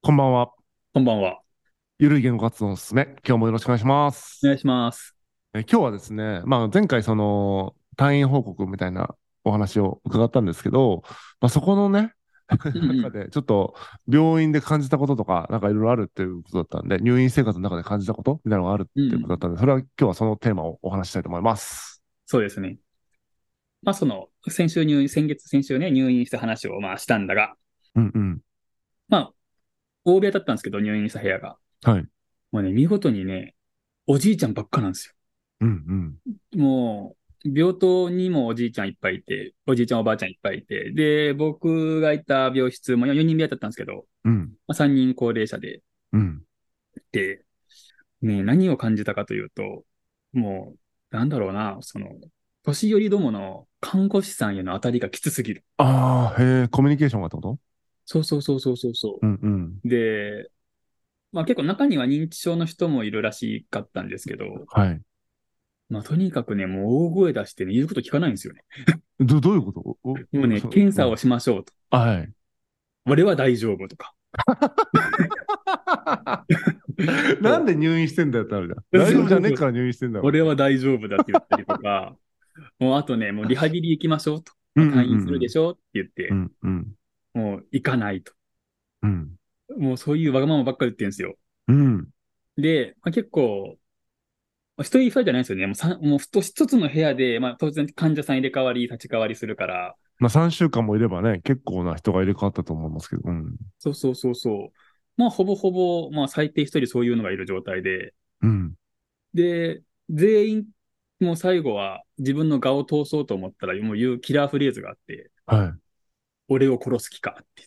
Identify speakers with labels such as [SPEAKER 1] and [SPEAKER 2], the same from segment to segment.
[SPEAKER 1] こんばんは。
[SPEAKER 2] こんばんは。
[SPEAKER 1] ゆるい言語活動のすすめ。今日もよろしくお願いします。
[SPEAKER 2] お願いします。
[SPEAKER 1] え今日はですね、まあ、前回その退院報告みたいなお話を伺ったんですけど、まあ、そこのね、
[SPEAKER 2] うんうん
[SPEAKER 1] 中でちょっと病院で感じたこととか、なんかいろいろあるっていうことだったんで、入院生活の中で感じたことみたいなのがあるっていうことだったんで、それは今日はそのテーマをお話ししたいと思います。
[SPEAKER 2] そうですね。まあ、その、先週入院、先月、先週ね、入院した話をまあしたんだが、
[SPEAKER 1] うんうん。
[SPEAKER 2] まあ、大部屋だったんですけど、入院した部屋が。
[SPEAKER 1] はい。
[SPEAKER 2] もうね、見事にね、おじいちゃんばっかなんです
[SPEAKER 1] うんうん。
[SPEAKER 2] よ。もう、病棟にもおじいちゃんいっぱいいて、おじいちゃんおばあちゃんいっぱいいて、で、僕がいた病室も4人部屋だったんですけど、
[SPEAKER 1] うん。
[SPEAKER 2] まあ、3人高齢者で、
[SPEAKER 1] うん。
[SPEAKER 2] で、ね、何を感じたかというと、もう、なんだろうな、その、年寄りどもの看護師さんへの当たりがきつすぎる。
[SPEAKER 1] ああ、へえ、コミュニケーションがってこと
[SPEAKER 2] そうそうそうそうそうそう
[SPEAKER 1] う。んうん。
[SPEAKER 2] で、まあ結構中には認知症の人もいるらしかったんですけど、
[SPEAKER 1] はい。
[SPEAKER 2] まあとにかくね、もう大声出してね、言うこと聞かないんですよね。
[SPEAKER 1] ど、どういうことお
[SPEAKER 2] もうね、
[SPEAKER 1] そ
[SPEAKER 2] 検査をしましょうと。
[SPEAKER 1] はい。
[SPEAKER 2] 俺は大丈夫とか。
[SPEAKER 1] なんで入院してんだよってなるじゃん。大
[SPEAKER 2] そう
[SPEAKER 1] 丈夫じゃねえから入院してんだよ。
[SPEAKER 2] 俺は大丈夫だって言ったりとか、もうあとね、もうリハビリ行きましょうと。
[SPEAKER 1] うんうんうん、
[SPEAKER 2] 退院するでしょって言って
[SPEAKER 1] う、んうん
[SPEAKER 2] もう行かないと。
[SPEAKER 1] うん。
[SPEAKER 2] もうそういうわがままばっかり言ってるんですよ。
[SPEAKER 1] うん。
[SPEAKER 2] で、まあ、結構、まあ一人二人じゃないんですよね。もうさんもうふと一つの部屋で、まあ、当然患者さん入れ替わり、立ち替わりするから、
[SPEAKER 1] まあ3週間もいればね、結構な人が入れ替わったと思いますけど。うん。
[SPEAKER 2] そうそうそうそう。まあ、ほぼほぼ、まあ、最低一人そういうのがいる状態で、
[SPEAKER 1] うん。
[SPEAKER 2] で、全員、もう最後は自分の顔を通そうと思ったら、もう言うキラーフレーズがあって、
[SPEAKER 1] は
[SPEAKER 2] 俺を殺す気かって、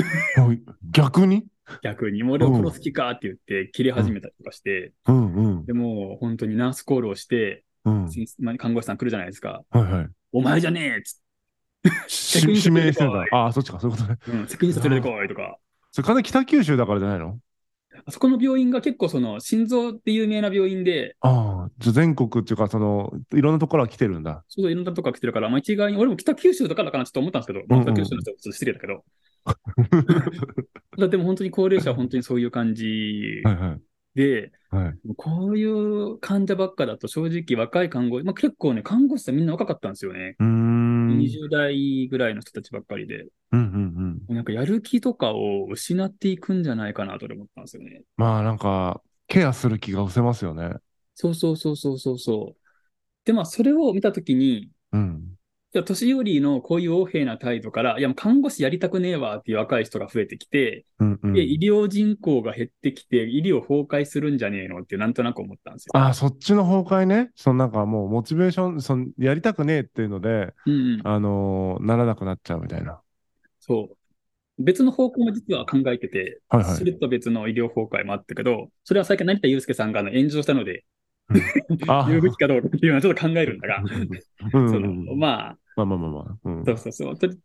[SPEAKER 1] い。はい逆に
[SPEAKER 2] 逆に、もう俺を殺す気かって言って、切れ始めたりとかして、
[SPEAKER 1] うんうん。
[SPEAKER 2] でもう本当にナースコールをして、
[SPEAKER 1] うん。はい
[SPEAKER 2] 先生まあ看護師さん来るじゃないですか。
[SPEAKER 1] はい。
[SPEAKER 2] お前じゃねえっつって
[SPEAKER 1] し
[SPEAKER 2] 逆に
[SPEAKER 1] 指名してん
[SPEAKER 2] そ
[SPEAKER 1] だ
[SPEAKER 2] うい。
[SPEAKER 1] ああ、そっちか、そういうことね。
[SPEAKER 2] うん、責任者連れてこいとか、
[SPEAKER 1] それ完全に北九州だからじゃないの
[SPEAKER 2] あそこの病院が結構その心臓って有名な病院で、
[SPEAKER 1] ああ、じゃあ全国っていうか、その、いろんなところから来てるんだ。
[SPEAKER 2] ちょうどいろんなとこから来てるから、まあ、一概に、俺も北九州だからかなちょっと思ったんですけど、
[SPEAKER 1] うんうん
[SPEAKER 2] 北九州の人はちょっと失礼だけど、 だってもう本当に高齢者は本当にそういう感じ
[SPEAKER 1] はいはい。
[SPEAKER 2] で、
[SPEAKER 1] はい。
[SPEAKER 2] こういう患者ばっかだと正直若い看護、まあ、結構ね、看護師さんみんな若かったんですよね。
[SPEAKER 1] うーん。うん
[SPEAKER 2] 20代ぐらいの人たちばっかりで、
[SPEAKER 1] うんうん。
[SPEAKER 2] なんかやる気とかを失っていくんじゃないかなと俺思ったんですよね。
[SPEAKER 1] まあなんか、ケアする気が失せますよね。
[SPEAKER 2] そうそうそうそうそうそう。で、まあ、それを見たときに、
[SPEAKER 1] うん。
[SPEAKER 2] いや、年寄りのこういう横柄な態度から、いや、もう看護師やりたくねえわっていう若い人が増えてきて、
[SPEAKER 1] うんうん
[SPEAKER 2] で、医療人口が減ってきて、医療崩壊するんじゃねえのってなんとなく思ったんですよ。
[SPEAKER 1] ああ、そっちの崩壊ね。そのなんかもうモチベーション、そのやりたくねえっていうので、
[SPEAKER 2] うんうん、
[SPEAKER 1] あのーならなくなっちゃうみたいな。
[SPEAKER 2] そう。別の方向も実は考えてて、
[SPEAKER 1] はいは
[SPEAKER 2] そ
[SPEAKER 1] い。
[SPEAKER 2] れと別の医療崩壊もあったけど、それは最近成田悠介さんがあの炎上したので、
[SPEAKER 1] あ
[SPEAKER 2] 言うべきかどうかっていうのはちょっと考えるんだが、
[SPEAKER 1] うんうん
[SPEAKER 2] そ
[SPEAKER 1] うん
[SPEAKER 2] のまあ、
[SPEAKER 1] まあまあまあまあ。うん
[SPEAKER 2] そうそうそう。とり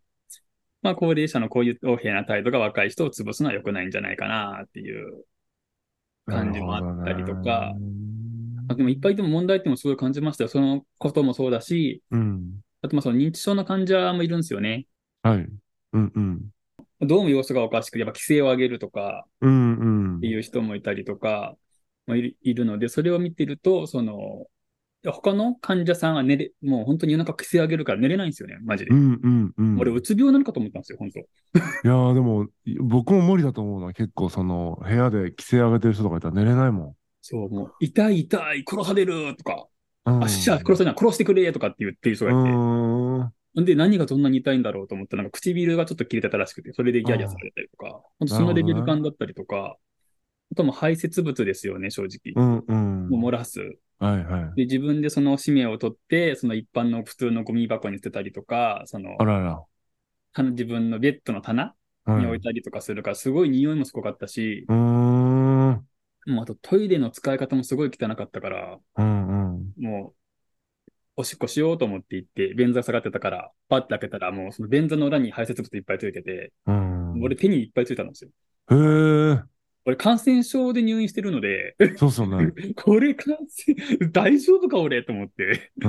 [SPEAKER 2] まあ、高齢者のこういう横柄な態度が若い人を潰すのは良くないんじゃないかなっていう感じもあったりとか。あでもいっぱいでも問題点もすごい感じましたよ。そのこともそうだし、
[SPEAKER 1] うん。
[SPEAKER 2] あとまあその認知症の患者もいるんですよね。
[SPEAKER 1] はい。うんうん。
[SPEAKER 2] どうも様子がおかしくて、やっぱ規制を上げるとか
[SPEAKER 1] うんうん
[SPEAKER 2] って。いう人もいたりとか、まあ、いるいるので、それを見てると、その、いや他の患者さんは寝れ、もう本当に夜中規制上げるから寝れないんですよね、マジで
[SPEAKER 1] う。んうんうん。
[SPEAKER 2] 俺、
[SPEAKER 1] いう
[SPEAKER 2] つ病なのかと思ったんですよ、本当。
[SPEAKER 1] やーでも、僕も無理だと思うな。結構その、部屋で規制上げてる人とかいたら寝れないも
[SPEAKER 2] そう、もう、痛い痛い、殺されるとか、
[SPEAKER 1] ん。うん。
[SPEAKER 2] あ、死者殺されない、殺してくれとかって言ってる人
[SPEAKER 1] う
[SPEAKER 2] がいて、
[SPEAKER 1] ーん。
[SPEAKER 2] んで、何がどんなに痛いんだろうと思ったら、なんか唇がちょっと切れてたらしくて、それでギャギャされたりとか、ほんとそのレベル感だったりとか、あともう排泄物ですよね、正直。
[SPEAKER 1] うんうん。
[SPEAKER 2] もう漏らす。
[SPEAKER 1] はいはい。
[SPEAKER 2] で、自分でその使命を取って、その一般の普通のゴミ箱に捨てたりとか、その
[SPEAKER 1] あ、らら。
[SPEAKER 2] た自分のベッドの棚
[SPEAKER 1] はい
[SPEAKER 2] に置いたりとかするから、すごい匂いもすごかったし、
[SPEAKER 1] うーん。うん
[SPEAKER 2] もうあとトイレの使い方もすごい汚かったから、
[SPEAKER 1] うん。
[SPEAKER 2] もう、おしっこしようと思って行って、便座が下がってたから、パッて開けたら、もうその便座の裏に排泄物いっぱいついてて、
[SPEAKER 1] うん。
[SPEAKER 2] 俺手にいっぱいついたんですよ。
[SPEAKER 1] へえ、
[SPEAKER 2] 俺感染症で入院してるので、
[SPEAKER 1] そうっすよね。
[SPEAKER 2] これ感染、大丈夫か俺と思って。
[SPEAKER 1] う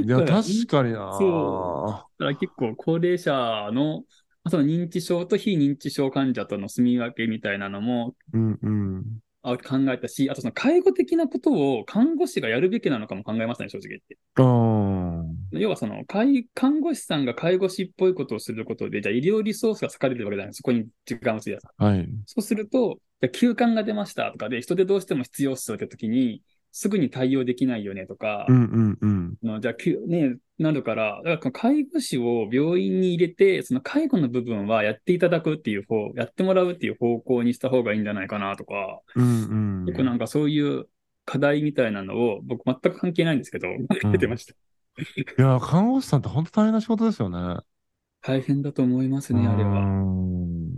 [SPEAKER 1] ん。いや、確かにな。
[SPEAKER 2] そうだから結構高齢者のあとは認知症と非認知症患者との住み分けみたいなのも
[SPEAKER 1] うんうん。
[SPEAKER 2] あ考えたし、あとその介護的なことを看護師がやるべきなのかも考えましたね、正直言って。
[SPEAKER 1] ああ。
[SPEAKER 2] 要はその介、看護師さんが介護士っぽいことをすることで、じゃあ医療リソースが割かれてるわけじゃないそこに時間を費やす。
[SPEAKER 1] はい。
[SPEAKER 2] そうすると、じゃあ休館が出ましたとかで、人手どうしても必要っすよって時に、すぐに対応できないよねとか
[SPEAKER 1] う、んうんうん。
[SPEAKER 2] あのじゃあ休、ね、なるから、だから介護士を病院に入れて、その介護の部分はやっていただくっていう方、やってもらうっていう方向にした方がいいんじゃないかなとか、
[SPEAKER 1] うんうん。
[SPEAKER 2] 結構なんかそういう課題みたいなのを、僕全く関係ないんですけど、 出てました。
[SPEAKER 1] いや、看護師さんって本当大変な仕事ですよね。
[SPEAKER 2] 大変だと思いますね、あれ
[SPEAKER 1] う
[SPEAKER 2] は。
[SPEAKER 1] ん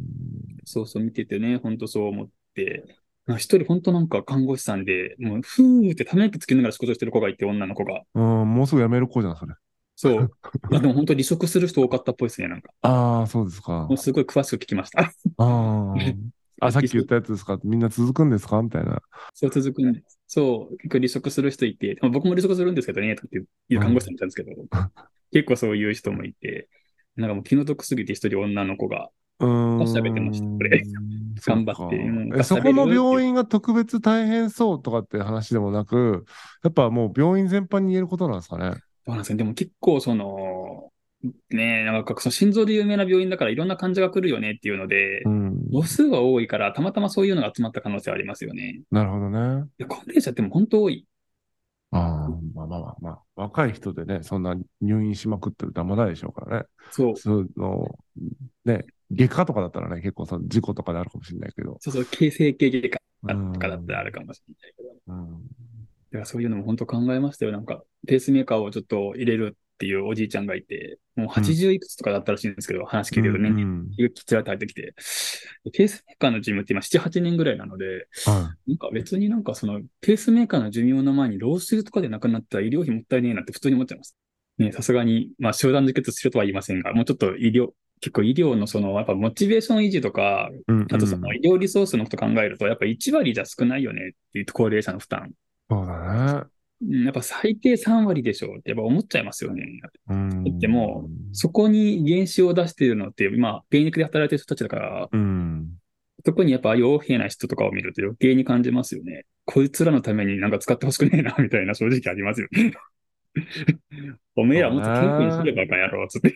[SPEAKER 2] そうそう見ててね、ほんとそう思って。まあ一人本当なんか看護師さんで、もう、ふーってため息つきながら仕事してる子がいて、女の子が。
[SPEAKER 1] うん、もうすぐ辞める子じゃん、それ。
[SPEAKER 2] そう。まあでも本当離職する人多かったっぽいですね、なん か。
[SPEAKER 1] ああ、そうですか
[SPEAKER 2] もう。すごい詳しく聞きました。
[SPEAKER 1] ああ。あ、さっき言ったやつですかみんな続くんですかみたいな。
[SPEAKER 2] そう続くんです。そう、結構離職する人いて、まあ僕も離職するんですけどね、とかっていう看護師さんいたんですけど、結構そういう人もいて、なんかもう気の毒すぎて一人女の子が、
[SPEAKER 1] うーん。
[SPEAKER 2] 喋ってましたこれ頑張って
[SPEAKER 1] そっか
[SPEAKER 2] うん
[SPEAKER 1] えそこの病院が特別大変そうとかって話でもなく、やっぱもう病院全般に言えることなんですかね。
[SPEAKER 2] どうなんですかねでも結構その、ねえ、なんかその心臓で有名な病院だからいろんな患者が来るよねっていうので
[SPEAKER 1] う、ん。
[SPEAKER 2] 母数は多いから、たまたまそういうのが集まった可能性はありますよね。
[SPEAKER 1] なるほどね。
[SPEAKER 2] いや高齢者ってもう本当多い。
[SPEAKER 1] ああ、まあまあまあまあ。若い人でね、そんな入院しまくってるとあんまないでしょうからね。
[SPEAKER 2] そう。
[SPEAKER 1] その、ね、外科とかだったらね、結構その事故とかであるかもしれないけど。
[SPEAKER 2] そうそう、形成形外科
[SPEAKER 1] うん
[SPEAKER 2] とかだったらあるかもしれないけど。だ
[SPEAKER 1] うん
[SPEAKER 2] からそういうのも本当考えましたよ。なんか、ペースメーカーをちょっと入れるっていうおじいちゃんがいて、もう80いくつとかだったらしいんですけど、話聞いてるとね、
[SPEAKER 1] うんうん
[SPEAKER 2] きちらって入ってきて、ペースメーカーのジムって今7、8年ぐらいなので、
[SPEAKER 1] は
[SPEAKER 2] なんか別になんかその、ペースメーカーの寿命の前に老衰とかで亡くなったら医療費もったいねえなって普通に思っちゃいます。ね、さすがに、まあ集団自決するとは言いませんが、もうちょっと医療、結構医療のその、やっぱモチベーション維持とか、
[SPEAKER 1] いうんうん
[SPEAKER 2] あとその医療リソースのこと考えると、やっぱ1割じゃ少ないよねっていう高齢者の負担。
[SPEAKER 1] そうだね。
[SPEAKER 2] うんやっぱ最低3割でしょうってやっぱ思っちゃいますよね。
[SPEAKER 1] うん
[SPEAKER 2] だってもそこに原資を出しているのって、今、現役で働いてる人たちだから、
[SPEAKER 1] うん。
[SPEAKER 2] 特にやっぱああいう横柄な人とかを見ると余計に感じますよね。こいつらのためになんか使ってほしくねえな、みたいな正直ありますよね。 おめえらもっと健康にすればかやろう、つって。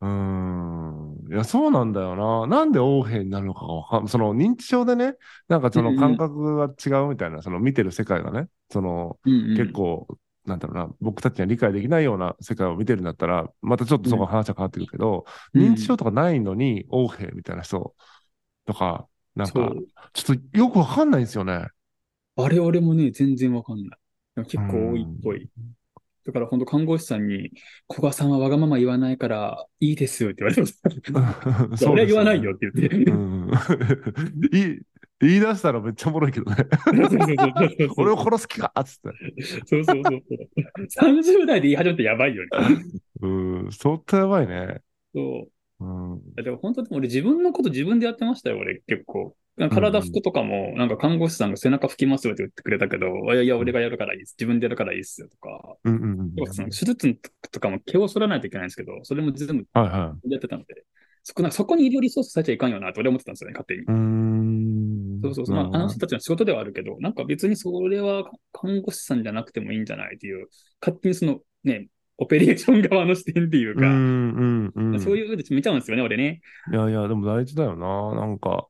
[SPEAKER 1] うん。いや、そうなんだよな。なんで横柄になるのかがわかんその認知症でね、なんかその感覚が違うみたいな、その見てる世界がね、その結構、なんだろうな、僕たちには理解できないような世界を見てるんだったら、またちょっとそこ話は変わってくるけど、認知症とかないのに横柄みたいな人とか、なん
[SPEAKER 2] そ
[SPEAKER 1] か
[SPEAKER 2] う、。
[SPEAKER 1] ちょっとよくわかんないんですよ ね。
[SPEAKER 2] あれ俺もね、全然わかんない。でも結構多いっぽい。だから本当看護師さんに、古賀さんはわがまま言わないからいいですよって言われて ます。
[SPEAKER 1] そ
[SPEAKER 2] それは言わない
[SPEAKER 1] よ
[SPEAKER 2] よって言って
[SPEAKER 1] う。ん 言い言い出したらめっちゃおもろいけどね。俺を殺す気かっつって。
[SPEAKER 2] そうそうそうそう。30代で言い始めてやばいよ ね。
[SPEAKER 1] うん、相当やばいね。
[SPEAKER 2] そう。
[SPEAKER 1] うん。うん
[SPEAKER 2] でも本当でも俺自分のこと自分でやってましたよ、俺結構。体拭くとかも、なんか看護師さんが背中拭きますよって言ってくれたけど、いやいや、俺がやるからいいです。自分でやるからいいっすよとか。
[SPEAKER 1] うんうん。
[SPEAKER 2] 要はその手術とかも毛を剃らないといけないんですけど、それも全部
[SPEAKER 1] はいは
[SPEAKER 2] やってたので、そこなんかそこに医療リソースされちゃいかんよなって俺は思ってたんですよね、勝手に
[SPEAKER 1] い。う。ーん。
[SPEAKER 2] そうそうそう。まあ、あ
[SPEAKER 1] なる
[SPEAKER 2] の
[SPEAKER 1] ほ
[SPEAKER 2] 人たちの仕事ではあるけど、なんか別にそれは看護師さんじゃなくてもいいんじゃないっていう、勝手にそのね、オペレーション側の視点っていう
[SPEAKER 1] どう
[SPEAKER 2] か、
[SPEAKER 1] んうんうん。
[SPEAKER 2] そういう風で見ちゃうんですよね、俺ね。
[SPEAKER 1] いやいや、でも大事だよな。なんか、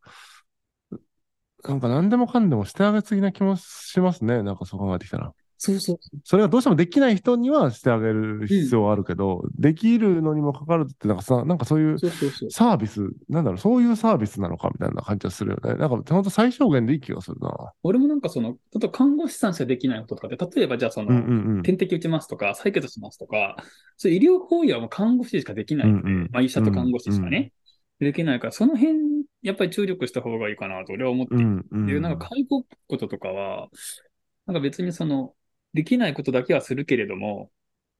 [SPEAKER 1] なんか何でもかんでもしてあげすぎな気もしますね。なんかそう考えてきたら。
[SPEAKER 2] そうそう。
[SPEAKER 1] それがどうしてもできない人にはしてあげる必要はあるけど、できるのにもかかるって、なんかさ、なんかそういう
[SPEAKER 2] そうそうそう。
[SPEAKER 1] サービス、なんだろう、そういうサービスなのかみたいな感じがするよね。なんか、ほんと最小限でいい気がするな。
[SPEAKER 2] 俺もなんかその、ちょっと看護師さんしかできないこととかで、例えばじゃあその、
[SPEAKER 1] うんうんうん。
[SPEAKER 2] 点滴打ちますとか、採血しますとか、そういう医療行為はもう看護師しかできないので、
[SPEAKER 1] うんうん
[SPEAKER 2] まあ医者と看護師しかね、できないから、その辺、やっぱり注力した方がいいかなと俺は思っていて、
[SPEAKER 1] んうん
[SPEAKER 2] なんか介護こととかは、なんか別にその、できないことだけはするけれども、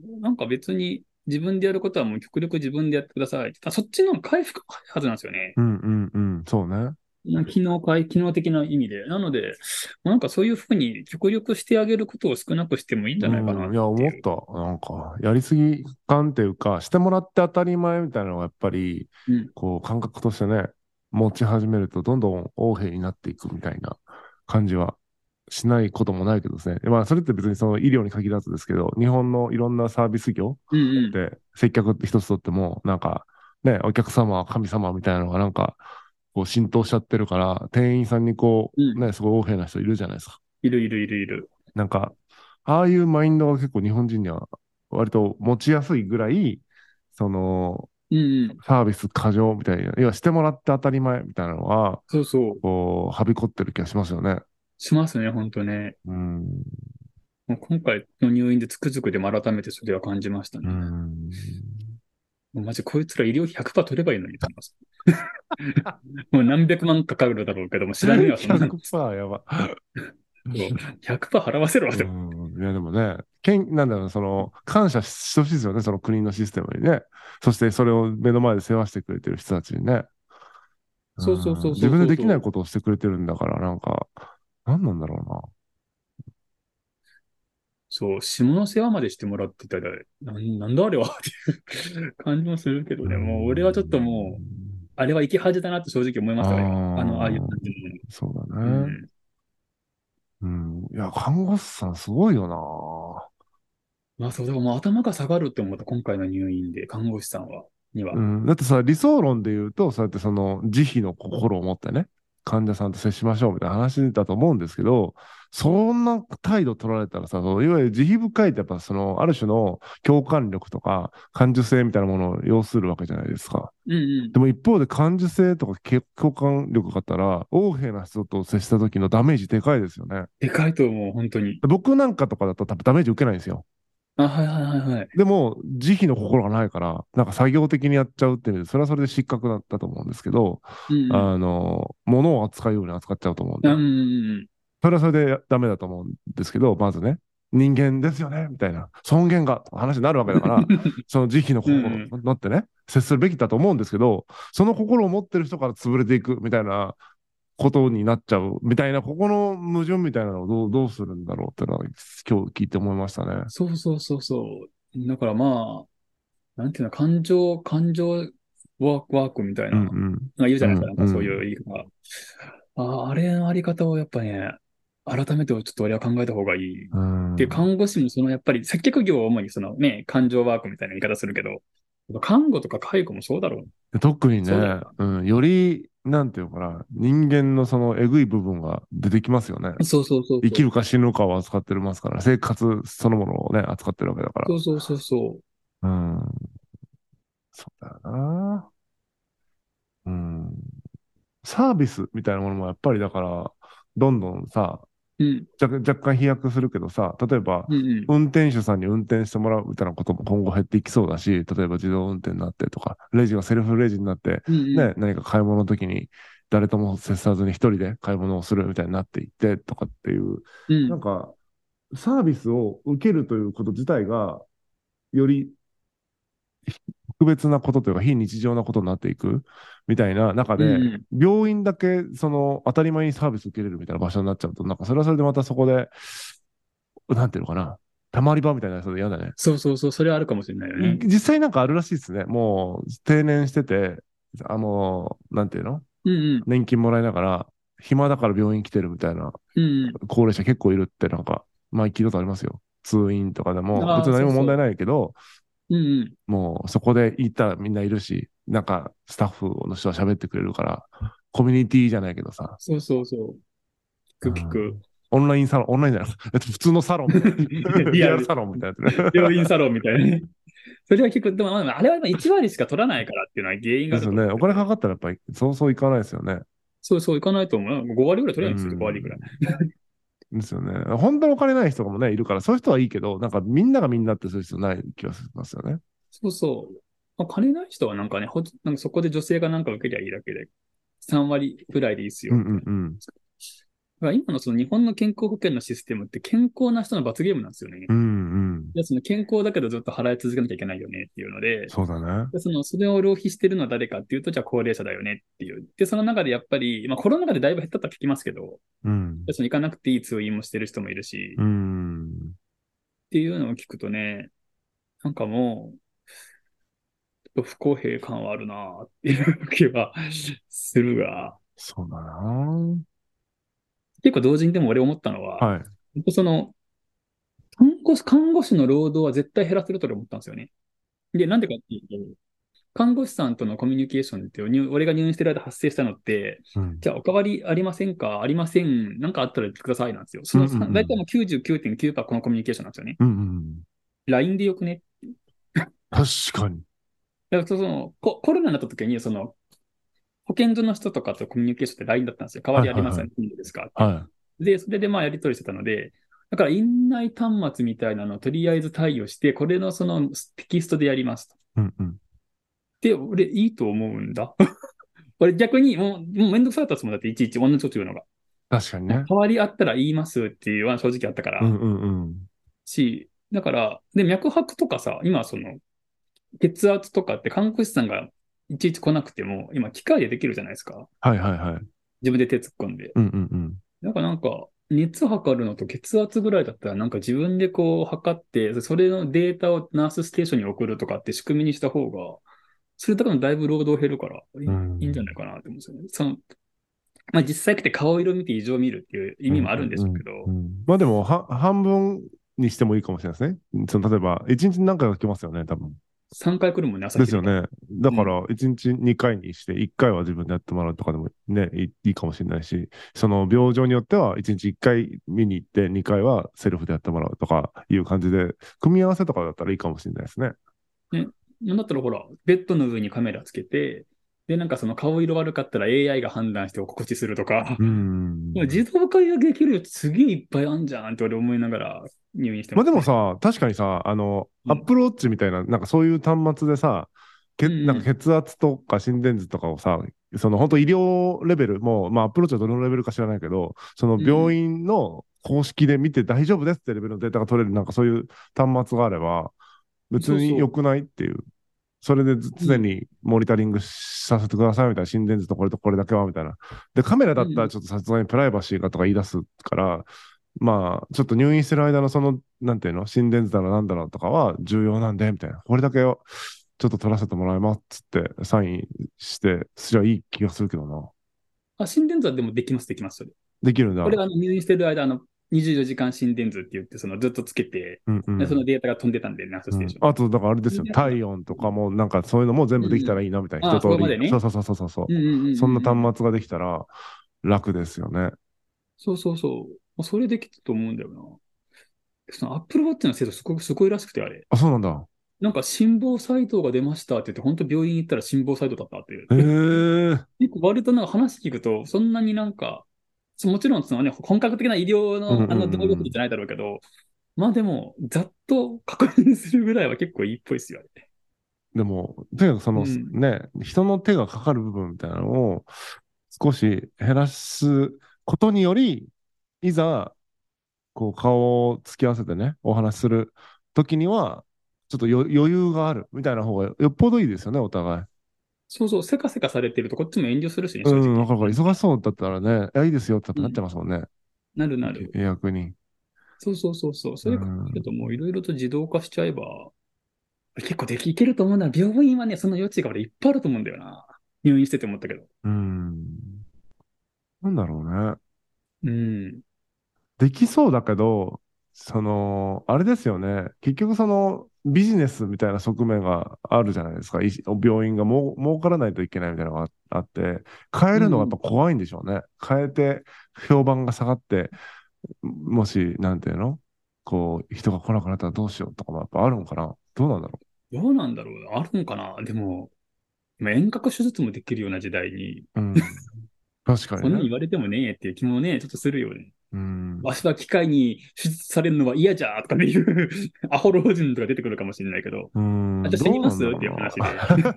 [SPEAKER 2] なんか別に自分でやることはもう極力自分でやってくださいって。あそっちの回復が早いはずなんですよね。
[SPEAKER 1] うんうんうん。そうね。
[SPEAKER 2] な機能化、機能的な意味で。なので、まあなんかそういうふうに極力してあげることを少なくしてもいいんじゃないかな
[SPEAKER 1] うんいや、思った。なんか、やりすぎ感っていうか、してもらって当たり前みたいなのがやっぱり、
[SPEAKER 2] うん
[SPEAKER 1] こう、感覚としてね、持ち始めると、どんどん横柄になっていくみたいな感じはしないこともないけどですね。まあ、それって別にその医療に限らずですけど、日本のいろんなサービス業
[SPEAKER 2] うんうん。
[SPEAKER 1] で接客って一つとっても、なんか、ね、お客様は神様みたいなのがなんか、こう浸透しちゃってるから、店員さんにこう、
[SPEAKER 2] うん
[SPEAKER 1] ね、すごい横柄な人いるじゃないですか。
[SPEAKER 2] いるいるいるいる。
[SPEAKER 1] なんか、ああいうマインドが結構日本人には割と持ちやすいぐらい、その、
[SPEAKER 2] うんうん。
[SPEAKER 1] サービス過剰みたいな、要はしてもらって当たり前みたいなのは、
[SPEAKER 2] そうそう。
[SPEAKER 1] こう、はびこってる気がしますよね。
[SPEAKER 2] しますね、本当ね。
[SPEAKER 1] うん。
[SPEAKER 2] もう今回の入院でつくづくでも改めてそれは感じました
[SPEAKER 1] う
[SPEAKER 2] ね。も
[SPEAKER 1] ん。
[SPEAKER 2] うマジこいつら医療費100%取ればいいのにと思います。 もう何百万かかるだろうけども、知らね えわ、そんなの。
[SPEAKER 1] 100%やば。
[SPEAKER 2] 100%払わせろわ、でも。
[SPEAKER 1] うんいや、でもね、けんなんだろう、その、感謝してほしいですよね、その国のシステムにね。そして、それを目の前で世話してくれてる人たちにね。
[SPEAKER 2] そうそうそうそうそうん
[SPEAKER 1] 自分でできないことをしてくれてるんだから、なんか、なんなんだろうな。
[SPEAKER 2] そう、下の世話までしてもらってたら、なんなんだあれはっていう感じもするけどね、もう俺はちょっともう、あれは生き恥だなって正直思いましたね、
[SPEAKER 1] あー
[SPEAKER 2] あの、ああいう感じの
[SPEAKER 1] そうだ
[SPEAKER 2] う
[SPEAKER 1] ね。
[SPEAKER 2] ん
[SPEAKER 1] うん。いや、看護師さんすごいよな。
[SPEAKER 2] まあそう、だからもう頭が下がるって思った、今回の入院で、看護師さんは、には。
[SPEAKER 1] うん、だってさ、理想論で言うと、そうやってその慈悲の心を持ってね、患者さんと接しましょうみたいな話だと思うんですけど、そんな態度取られたらさ、そのいわゆる慈悲深いってやっぱその、ある種の共感力とか感受性みたいなものを要するわけじゃないですか。
[SPEAKER 2] うんうん
[SPEAKER 1] で。も一方で感受性とかけ共感力があったら、横柄な人と接した時のダメージでかいですよね。
[SPEAKER 2] でかいと思う、本当に。
[SPEAKER 1] 僕なんかとかだと多分ダメージ受けないんですよ。
[SPEAKER 2] あ、はいはいはいはい。
[SPEAKER 1] でも、慈悲の心がないから、なんか作業的にやっちゃうっていうので、それはそれで失格だったと思うんですけど、
[SPEAKER 2] うんうん。
[SPEAKER 1] あの、物を扱うように扱っちゃうと思うんで
[SPEAKER 2] うん、うんうん。
[SPEAKER 1] それはそれでダメだと思うんですけど、まずね、人間ですよね、みたいな、尊厳が、とか話になるわけだ から、その慈悲の心
[SPEAKER 2] うん
[SPEAKER 1] になってね、接するべきだと思うんですけど、その心を持ってる人から潰れていくみたいなことになっちゃう、みたいな、ここの矛盾みたいなのをどうどうするんだろうってのは、今日聞いて思いましたね。
[SPEAKER 2] そうそうそうそう。だからまあ、なんていうの、感情、感情ワーク、ワークみたいな、
[SPEAKER 1] うん
[SPEAKER 2] ま
[SPEAKER 1] うん。
[SPEAKER 2] あ言うじゃないですか、
[SPEAKER 1] うん
[SPEAKER 2] なんかそういう言い方。ああ、あれのあり方をやっぱね、改めてちょっと俺は考えた方がいい。
[SPEAKER 1] うん
[SPEAKER 2] で、看護師もそのやっぱり接客業を主にそのね、感情ワークみたいな言い方するけど、看護とか介護もそうだろう。
[SPEAKER 1] で特にね
[SPEAKER 2] そうだよ、
[SPEAKER 1] うん、より、なんていうのかな、人間のそのえぐい部分が出てきますよね。
[SPEAKER 2] そうそうそうそう。
[SPEAKER 1] 生きるか死ぬかを扱ってますから、生活そのものをね、扱ってるわけだから
[SPEAKER 2] そ。うそうそうそう。
[SPEAKER 1] うん。そうだよな。うん。サービスみたいなものもやっぱりだから、どんどんさ、
[SPEAKER 2] うん、
[SPEAKER 1] 若若干飛躍するけどさ、例えば、
[SPEAKER 2] うん、うん。
[SPEAKER 1] 運転手さんに運転してもらうみたいなことも今後減っていきそうだし、例えば自動運転になってとか、レジがセルフレジになって、
[SPEAKER 2] うんうん、
[SPEAKER 1] ね、何か買い物の時に誰とも接さずに一人で買い物をするみたいになっていってとかっていう、
[SPEAKER 2] うん
[SPEAKER 1] なんかサービスを受けるということ自体がよりひ特別なことというか非日常なことになっていくみたいな中で、
[SPEAKER 2] うんうん
[SPEAKER 1] 病院だけその当たり前にサービス受けれるみたいな場所になっちゃうとなんかそれはそれでまたそこでなんていうのかなたまり場みたいな人で嫌だね。
[SPEAKER 2] そうそうそう、それはあるかもしれないよね。
[SPEAKER 1] 実際なんかあるらしいですね。もう定年してて、あの、なんていうの
[SPEAKER 2] うんうん、
[SPEAKER 1] 年金もらいながら、暇だから病院来てるみたいな
[SPEAKER 2] うんうん。
[SPEAKER 1] 高齢者結構いるってなんか、前聞いたことありますよ。通院とかでも
[SPEAKER 2] あ、ー
[SPEAKER 1] 別に何も
[SPEAKER 2] そうそ
[SPEAKER 1] 問
[SPEAKER 2] う
[SPEAKER 1] 題ないけど、
[SPEAKER 2] うんうん。
[SPEAKER 1] もうそこで行ったらみんないるし、なんかスタッフの人は喋ってくれるから、コミュニティじゃないけどさ、
[SPEAKER 2] そうそうそう。聞く聞く。
[SPEAKER 1] オンラインサロン、オンラインじゃない、えっと普通のサロンみたいなリ
[SPEAKER 2] リ
[SPEAKER 1] ア
[SPEAKER 2] アル
[SPEAKER 1] ルサロンみたいなやつね。
[SPEAKER 2] 病院サロンみたいなね。それは結構、でもまああれは今1割しか取らないからっていうのは原因が
[SPEAKER 1] です
[SPEAKER 2] ある
[SPEAKER 1] よ
[SPEAKER 2] と思う
[SPEAKER 1] ね。お金かかったらやっぱりそうそういかないですよね。
[SPEAKER 2] そうそう、いかないと思う。5割ぐらい取れるんですよ、5割ぐらい。
[SPEAKER 1] ですよね。本当にお金ない人もね、いるから、そういう人はいいけど、なんかみんながみんなってする必要ない気がしますよね。
[SPEAKER 2] そうそう。まあ、金ない人はなんかね、ほなんかそこで女性がなんか受けりゃいいだけで、3割ぐらいでいいです
[SPEAKER 1] う
[SPEAKER 2] よ。
[SPEAKER 1] んうんうん。
[SPEAKER 2] ら今のその日本の健康保険のシステムって健康な人の罰ゲームなんですよね。
[SPEAKER 1] うんうん。
[SPEAKER 2] でその健康だけどずっと払い続けなきゃいけないよねっていうので、
[SPEAKER 1] そうだね。
[SPEAKER 2] でそのそれを浪費してるのは誰かっていうと、じゃあ高齢者だよねっていう。で、その中でやっぱり、まあコロナ禍でだいぶ減ったとは聞きますけど、
[SPEAKER 1] うん。
[SPEAKER 2] その行かなくていい通院もしてる人もいるし、
[SPEAKER 1] う
[SPEAKER 2] っ
[SPEAKER 1] ん。
[SPEAKER 2] ていうのを聞くとね、なんかもう、ちょっと不公平感はあるなあっていう気はするが、
[SPEAKER 1] そうだな。
[SPEAKER 2] 結構同時にでも俺思ったのは、
[SPEAKER 1] はい。
[SPEAKER 2] 本当その、看護師、看護師の労働は絶対減らせると俺思ったんですよね。で、なんでかっていうと、看護師さんとのコミュニケーションって入、俺が入院してる間発生したのって、
[SPEAKER 1] うん。
[SPEAKER 2] じゃあおかわりありませんかありません。なんかあったら言ってくださいなんですよ。その、
[SPEAKER 1] うんうんうん
[SPEAKER 2] 大体もう99.9%このコミュニケーションなんですよね。
[SPEAKER 1] うんうん。
[SPEAKER 2] LINE でよくね。
[SPEAKER 1] 確かに。
[SPEAKER 2] だからそのコ、コロナになった時に、その、保健所の人とかとコミュニケーションって LINE だったんですよ。代わりありません。いいんですか
[SPEAKER 1] は
[SPEAKER 2] で、それでまあやり取りしてたので、だから院内端末みたいなのをとりあえず対応して、これのそのテキストでやりますと。
[SPEAKER 1] い。うんうん。
[SPEAKER 2] で、俺いいと思うんだ。 俺逆にもう、もうめんどくさかったですもん。だっていちいち同じこと言うのが。
[SPEAKER 1] 確かにね。
[SPEAKER 2] 代わりあったら言いますっていうのは正直あったから。
[SPEAKER 1] うんうんうん。
[SPEAKER 2] し、だから、で、脈拍とかさ、今その、血圧とかって看護師さんがいちいち来なくても、今機械でできるじゃないですか。
[SPEAKER 1] はいはいはい。
[SPEAKER 2] 自分で手突っ込んで。
[SPEAKER 1] うんうんうん。
[SPEAKER 2] なんかなんか、熱測るのと血圧ぐらいだったら、なんか自分でこう測って、それのデータをナースステーションに送るとかって仕組みにした方が、それだからだいぶ労働減るから、いい
[SPEAKER 1] うん
[SPEAKER 2] いいんじゃないかなって思うんですよね。その、まあ実際来て顔色見て異常見るっていう意味もあるんでしょうけど、
[SPEAKER 1] うんまあでもは、半分にしてもいいかもしれないですね。その例えば、1日何回か来ますよね、多分。
[SPEAKER 2] 3回来るもんね、朝
[SPEAKER 1] で
[SPEAKER 2] 昼
[SPEAKER 1] すよね。だから、1日2回にして、1回は自分でやってもらうとかでもね、いいいかもしれないし、その病状によっては、1日1回見に行って、2回はセルフでやってもらうとかいう感じで、組み合わせとかだったらいいかもしれないですね。
[SPEAKER 2] なんだったらほら、ベッドの上にカメラつけて、で、なんかその顔色悪かったら AI が判断してお心地するとか、
[SPEAKER 1] うん。
[SPEAKER 2] もう自動解約できるやつすげえいっぱいあんじゃんって俺思いながら入院して
[SPEAKER 1] まあ
[SPEAKER 2] ま
[SPEAKER 1] で
[SPEAKER 2] した
[SPEAKER 1] もさ、確かにさ、あの、
[SPEAKER 2] うん
[SPEAKER 1] アップルウォッチみたいな、なんかそういう端末でさ、け
[SPEAKER 2] うんうん
[SPEAKER 1] なんか血圧とか心電図とかをさ、その本当医療レベル、もう、まあ、アップローチはどのレベルか知らないけど、その病院の公式で見て大丈夫ですってレベルのデータが取れる、なんかそういう端末があれば、別
[SPEAKER 2] そうそ
[SPEAKER 1] に
[SPEAKER 2] う
[SPEAKER 1] 良くないっていう。それでず常にモニタリングさせてくださいみたいな、心電図とこれとこれだけはみたいな。で、カメラだったらちょっとさすがにプライバシーがとか言い出すから、まあ、ちょっと入院してる間のその、なんていうの、心電図だろなんだろとかは重要なんで、みたいな。これだけをちょっと取らせてもらいますっつって、サインして、すりゃいい気がするけどな。
[SPEAKER 2] あ、心電図はでもできます、できます、それ。
[SPEAKER 1] できるんだ。
[SPEAKER 2] これあの入院してる間、あの、24時間心電図って言って、そのずっとつけて、
[SPEAKER 1] うんうん
[SPEAKER 2] でそのデータが飛んでたんで、ナースステーション。
[SPEAKER 1] うんあと、だからあれですよ、体温とかも、なんかそういうのも全部できたらいいなみたいな、
[SPEAKER 2] うん
[SPEAKER 1] 一通
[SPEAKER 2] あそこまで
[SPEAKER 1] り。
[SPEAKER 2] ね
[SPEAKER 1] そうそうそうそうそう。
[SPEAKER 2] うんうんうんうん
[SPEAKER 1] そんな端末ができたら楽ですよね。
[SPEAKER 2] そうそうそう。まあそれできたと思うんだよな。その Apple Watch の精度すごくすごいらしくて、あれ。
[SPEAKER 1] あ、そうなんだ。
[SPEAKER 2] なんか心房細動が出ましたって言って、本当病院行ったら心房細動だったっていう。
[SPEAKER 1] へえ。
[SPEAKER 2] 結構割となんか話聞くと、そんなになんか、そもちろんそのね、本格的な医療
[SPEAKER 1] うんうんう
[SPEAKER 2] の
[SPEAKER 1] ん
[SPEAKER 2] あの道具じゃないだろうけど、まあでも、ざっと確認するぐらいは結構いいっぽいですよ、あれ
[SPEAKER 1] でも、とにかくその、
[SPEAKER 2] うん
[SPEAKER 1] ね、人の手がかかる部分みたいなのを少し減らすことにより、いざ、こう顔を突き合わせてね、お話しするときには、ちょっとよ余裕があるみたいな方がよっぽどいいですよね、お互い。
[SPEAKER 2] そうそう、せかせかされてるとこっちも遠慮するしね、
[SPEAKER 1] う
[SPEAKER 2] 正
[SPEAKER 1] ん、わ
[SPEAKER 2] 直。
[SPEAKER 1] かるわかる。忙しそうだったらね、いやいいですよってなっちゃいますもんね。
[SPEAKER 2] なるなる。
[SPEAKER 1] 逆に。
[SPEAKER 2] そうそうそうそう。それ考
[SPEAKER 1] うん
[SPEAKER 2] えるともういろいろと自動化しちゃえば、結構できいけると思うな。病院はね、その余地が俺いっぱいあると思うんだよな。入院してて思ったけど。
[SPEAKER 1] うん。なんだろうね。
[SPEAKER 2] うん。
[SPEAKER 1] できそうだけど、その、あれですよね。結局その、ビジネスみたいな側面があるじゃないですか。い病院がもう儲からないといけないみたいなのがああって、変えるのがやっぱ怖いんでしょうね。変えて、評判が下がって、もし、なんていうのこう、人が来なくなったらどうしようとかもやっぱあるのかな。どうなんだろ
[SPEAKER 2] どうなんだろう。あるのかな。でも、まあ遠隔手術もできるような時代に、
[SPEAKER 1] う。う ん。確かに
[SPEAKER 2] そんなん
[SPEAKER 1] ね。
[SPEAKER 2] 言われてもねえっていう気もね、ちょっとするよね。
[SPEAKER 1] うん。
[SPEAKER 2] わしは機械に手術されるのは嫌じゃーとかっていう アホ老人とか出てくるかもしれないけど、
[SPEAKER 1] うん。
[SPEAKER 2] あじゃあ死にます
[SPEAKER 1] どう
[SPEAKER 2] っ
[SPEAKER 1] なん
[SPEAKER 2] て
[SPEAKER 1] だ
[SPEAKER 2] い
[SPEAKER 1] ろ
[SPEAKER 2] う
[SPEAKER 1] う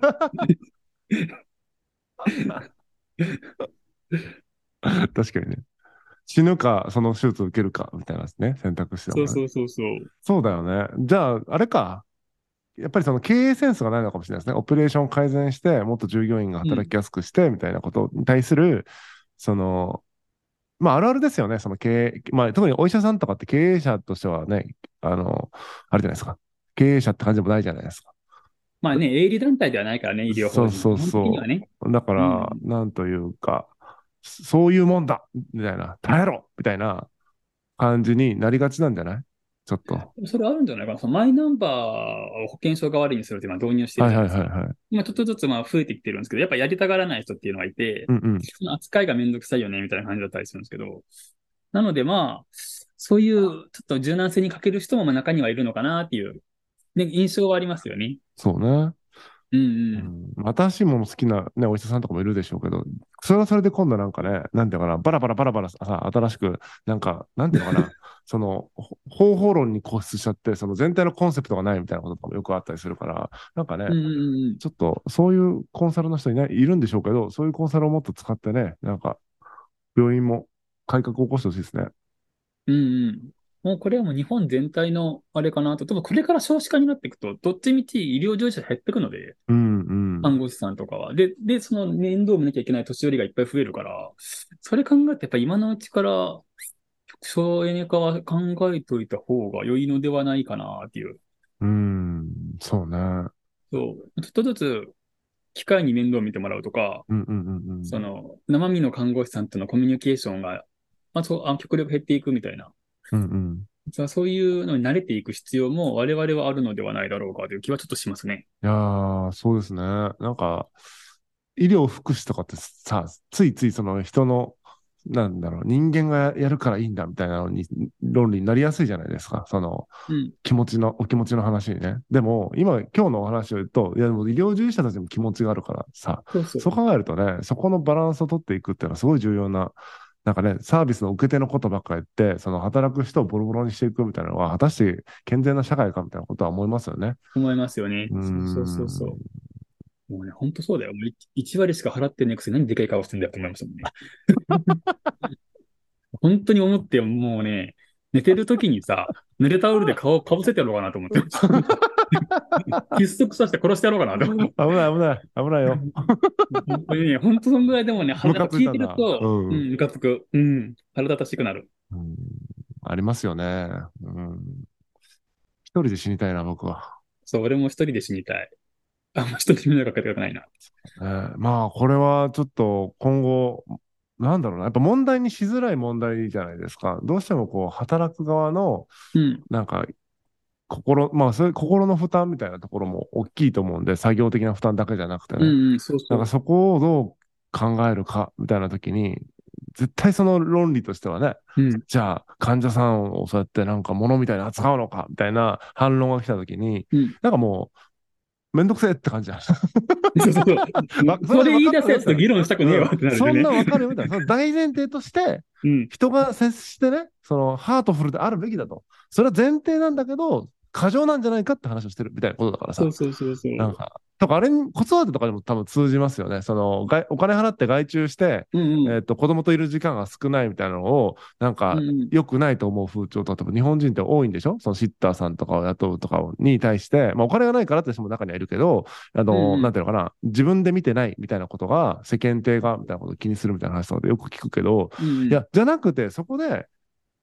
[SPEAKER 1] な
[SPEAKER 2] 話で。
[SPEAKER 1] 確かにね。死ぬか、その手術を受けるか、みたいなですね、選択肢だも
[SPEAKER 2] そ
[SPEAKER 1] ん
[SPEAKER 2] う
[SPEAKER 1] ね
[SPEAKER 2] そうそうそう。
[SPEAKER 1] そうだよね。じゃあ、あれか。やっぱりその経営センスがないのかもしれないですね。オペレーションを改善して、もっと従業員が働きやすくして、みたいなことに対する、その、まあ、あるあるですよね。その経営、まあ、特にお医者さんとかって経営者としてはね、あの、あれじゃないですか。経営者って感じでもないじゃないですか。
[SPEAKER 2] まあね、営利団体ではないからね、医療法人。
[SPEAKER 1] そうそうそう
[SPEAKER 2] 基本的にはね。
[SPEAKER 1] だから、
[SPEAKER 2] う
[SPEAKER 1] なんというか、そういうもんだみたいな、耐えろみたいな感じになりがちなんじゃないちょっと。は
[SPEAKER 2] それあるんじゃないかな。そのマイナンバーを保険証代わりにするって今導入して
[SPEAKER 1] い
[SPEAKER 2] る
[SPEAKER 1] は
[SPEAKER 2] じ
[SPEAKER 1] いはいい
[SPEAKER 2] ゃなですか。
[SPEAKER 1] はい。
[SPEAKER 2] 今ちょっとずつまあ増えてきてるんですけど、やっぱやりたがらない人っていうのがいて、
[SPEAKER 1] うんうん。
[SPEAKER 2] その扱いがめんどくさいよね、みたいな感じだったりするんですけど。なのでまあ、そういうちょっと柔軟性に欠ける人もまあ中にはいるのかなっていう、ね、印象はありますよね。
[SPEAKER 1] そうね。
[SPEAKER 2] うん
[SPEAKER 1] う
[SPEAKER 2] うん。
[SPEAKER 1] ん新しいもの好きな、ね、お医者さんとかもいるでしょうけど、それはそれで今度なんかね、なんていうのかな、バラバラバラバラさ、新しく、なんか、なんていうの かな、その、ほ方法論に固執しちゃって、その全体のコンセプトがないみたいなこととかもよくあったりするから、なんかね、
[SPEAKER 2] うんうんうん。
[SPEAKER 1] ちょっとそういうコンサルの人いないいるんでしょうけど、そういうコンサルをもっと使ってね、なんか、病院も改革を起こしてほしいですね。
[SPEAKER 2] うんうん。もうこれはもう日本全体のあれかなと。でもこれから少子化になっていくと、どっちみち医療従事者減っていくので、
[SPEAKER 1] うんうん。
[SPEAKER 2] 看護師さんとかは。で、で、その面倒を見なきゃいけない年寄りがいっぱい増えるから、それ考えてやっぱ今のうちから、省エネ化は考えといた方が良いのではないかなっていう。
[SPEAKER 1] うん、そうね。う
[SPEAKER 2] そう。ちょっとずつ、機械に面倒を見てもらうとか、
[SPEAKER 1] んうんうんうん。
[SPEAKER 2] その、生身の看護師さんとのコミュニケーションが、まあ、そう、あ、極力減っていくみたいな。
[SPEAKER 1] うんうん。
[SPEAKER 2] 実はそういうのに慣れていく必要も我々はあるのではないだろうかという気はちょっとしますね。
[SPEAKER 1] いやー、そうですね。なんか、医療福祉とかってさ、ついついその人の、なんだろう、人間がやるからいいんだみたいなのに、論理になりやすいじゃないですか。その、
[SPEAKER 2] うん。
[SPEAKER 1] 気持ちの、お気持ちの話にね。でも、今、今日のお話を言うと、いや、でも医療従事者たちも気持ちがあるからさ、
[SPEAKER 2] そうそう。
[SPEAKER 1] そう考えるとね、そこのバランスを取っていくっていうのはすごい重要な、なんかね、サービスの受け手のことばっかり言って、その働く人をボロボロにしていくみたいなのは、果たして健全な社会かみたいなことは思いますよ ね。
[SPEAKER 2] 思いますよね。
[SPEAKER 1] うーん
[SPEAKER 2] そうそうそうそう。もうね、ほんとそうだよ。もう1割しか払ってねくせに何でかい顔してんだよって思いましたもんね。 本当に思って、もうね、寝てる時にさ、濡れタオルで 顔かぶせてやろうかなと思ってま した。結束させて殺してやろうかなと思って。
[SPEAKER 1] 危ない危ない、危ないよ。
[SPEAKER 2] 本当にね、本当そのぐらいでもね、腹
[SPEAKER 1] ム
[SPEAKER 2] が
[SPEAKER 1] カつ
[SPEAKER 2] 聞
[SPEAKER 1] い
[SPEAKER 2] い
[SPEAKER 1] たん
[SPEAKER 2] てる
[SPEAKER 1] だ
[SPEAKER 2] と、
[SPEAKER 1] うん
[SPEAKER 2] うん、ムカつく。うん、腹立たしくなる。
[SPEAKER 1] うんありますよね。うん。一人で死にたいな、僕は。
[SPEAKER 2] そう、俺も一人で死にたい。あんま人に迷惑かけたくないな。
[SPEAKER 1] えーまあ、これはちょっと今後、なんだろうな、やっぱ問題にしづらい問題じゃないですか。どうしてもこう、働く側の、
[SPEAKER 2] うん、
[SPEAKER 1] なんか、心、まあ、そういう心の負担みたいなところも大きいと思うんで、作業的な負担だけじゃなくてね。
[SPEAKER 2] うん、うん、そうそ
[SPEAKER 1] なん
[SPEAKER 2] う
[SPEAKER 1] か。そこをどう考えるかみたいな時に、絶対その論理としてはね、
[SPEAKER 2] うん
[SPEAKER 1] じゃあ患者さんをそうやってなんか物みたいに扱うのかみたいな反論が来た時に、
[SPEAKER 2] うん
[SPEAKER 1] なんかもう、めんどくせえって感じじゃん。
[SPEAKER 2] そうそうそう。
[SPEAKER 1] ま
[SPEAKER 2] それ言い出すやつと議論したくねえわってなる
[SPEAKER 1] そ
[SPEAKER 2] よ
[SPEAKER 1] ん
[SPEAKER 2] ね
[SPEAKER 1] な。わかるよみたいな。その大前提として、
[SPEAKER 2] うん。
[SPEAKER 1] 人が接してね、そのハートフルであるべきだと。それは前提なんだけど、過剰なんじゃないかって話をしてるみたいなことだからさ
[SPEAKER 2] そ。うそうそうそう。
[SPEAKER 1] なんか、とかあれに、子育てとかでも多分通じますよね。その、外お金払って外注して、
[SPEAKER 2] うんうん。
[SPEAKER 1] えっ、と、子供といる時間が少ないみたいなのを、なんか
[SPEAKER 2] う、んうん
[SPEAKER 1] 良くないと思う風潮とか、多分日本人って多いんでしょそのシッターさんとかを雇うとかに対して、まあお金がないからって人も中にはいるけど、あの、
[SPEAKER 2] うん
[SPEAKER 1] なんていうのかな、自分で見てないみたいなことが、世間体がみたいなことを気にするみたいな話とかでよく聞くけど、
[SPEAKER 2] うん。
[SPEAKER 1] いや、じゃなくて、そこで、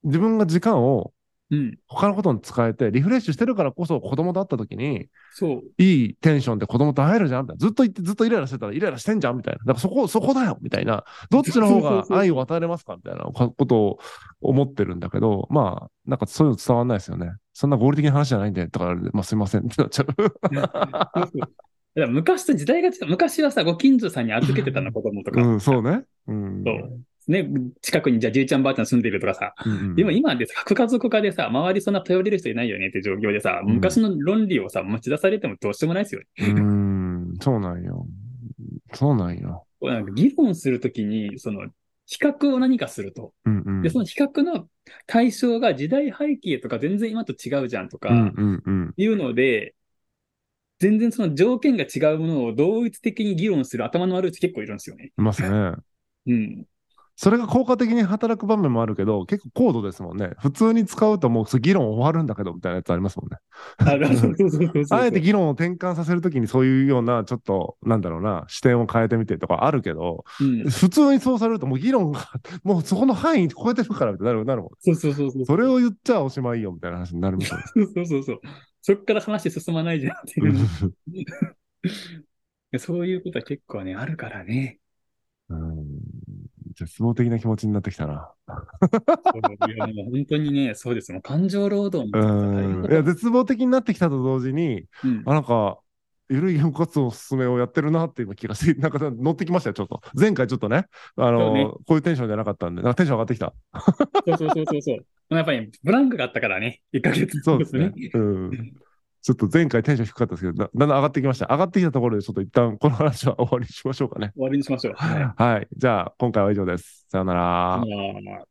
[SPEAKER 1] 自分が時間を
[SPEAKER 2] うん。
[SPEAKER 1] 他のことに使えて、リフレッシュしてるからこそ子供と会った時に、
[SPEAKER 2] そう。
[SPEAKER 1] いいテンションで子供と会えるじゃんみたいな。ずっと言って、ずっとイライラしてたらイライラしてんじゃんみたいな。だからそこ、そこだよみたいな。どっちの方が愛を与えれますかみたいなことを思ってるんだけど、まあ、なんかそういうの伝わんないですよね。そんな合理的な話じゃないんで、とか言われて、まあすいませんってなっちゃう。
[SPEAKER 2] そうそういや昔と時代が違う。昔はさ、ご近所さんに預けてたの、子供とか。
[SPEAKER 1] うん、そうね。うん。
[SPEAKER 2] そうね、近くにじゃあじいちゃんばあちゃん住んでるとかさ、
[SPEAKER 1] うんうん
[SPEAKER 2] でも今でさ、核家族化でさ、周りそんな頼れる人いないよねっていう状況でさ、
[SPEAKER 1] うん
[SPEAKER 2] 昔の論理をさ、持ち出されてもどうしてもないですよね。
[SPEAKER 1] うん、そうなんよ。そうなんよ。
[SPEAKER 2] こうなんか議論するときに、その、比較を何かすると。
[SPEAKER 1] うんうん。
[SPEAKER 2] で、その比較の対象が時代背景とか全然今と違うじゃんとか、
[SPEAKER 1] うんうんうん。
[SPEAKER 2] いうので、全然その条件が違うものを同一的に議論する頭の悪い人結構いるんですよね。
[SPEAKER 1] いますね。
[SPEAKER 2] うん。
[SPEAKER 1] それが効果的に働く場面もあるけど、結構高度ですもんね。普通に使うともう議論終わるんだけどみたいなやつありますもんね。
[SPEAKER 2] あるそうそうそうそうそう。
[SPEAKER 1] あえて議論を転換させるときにそういうような、ちょっと、なんだろうな、視点を変えてみてとかあるけど、
[SPEAKER 2] うん、
[SPEAKER 1] 普通にそうされるともう議論が、もうそこの範囲超えてるからみたいになるなるもん。
[SPEAKER 2] そうそうそうそう。
[SPEAKER 1] それを言っちゃおしまいよみたいな話になるみたいな。
[SPEAKER 2] そうそうそうそう。そっから話進まないじゃんって いうね。そういうことは結構ね、あるからね。
[SPEAKER 1] うん絶望的な気持ちになってきたな。
[SPEAKER 2] そういやもう本当にね、そうです。もう感情労働みたいなのが大変
[SPEAKER 1] うん。いや、絶望的になってきたと同時に、
[SPEAKER 2] うん
[SPEAKER 1] あ、なんか、ゆるいゲーム活動のおすすめをやってるなっていう気がして、なんか乗ってきましたよ、ちょっと。前回ちょっとね、あ
[SPEAKER 2] そう
[SPEAKER 1] の、
[SPEAKER 2] ね
[SPEAKER 1] こういうテンションじゃなかったんで、なんかテンション上がってきた。
[SPEAKER 2] そうそうそうそうそう。まあやっぱりブランクがあったからね、1ヶ月
[SPEAKER 1] そうですね。うん。ちょっと前回テンション低かったですけど、だだんだん上がってきました。上がってきたところで、ちょっと一旦この話は終わりにしましょうかね。
[SPEAKER 2] 終わりにしましょう。はい啊
[SPEAKER 1] はい。じゃあ、今回は以上です。さようなら。
[SPEAKER 2] まあ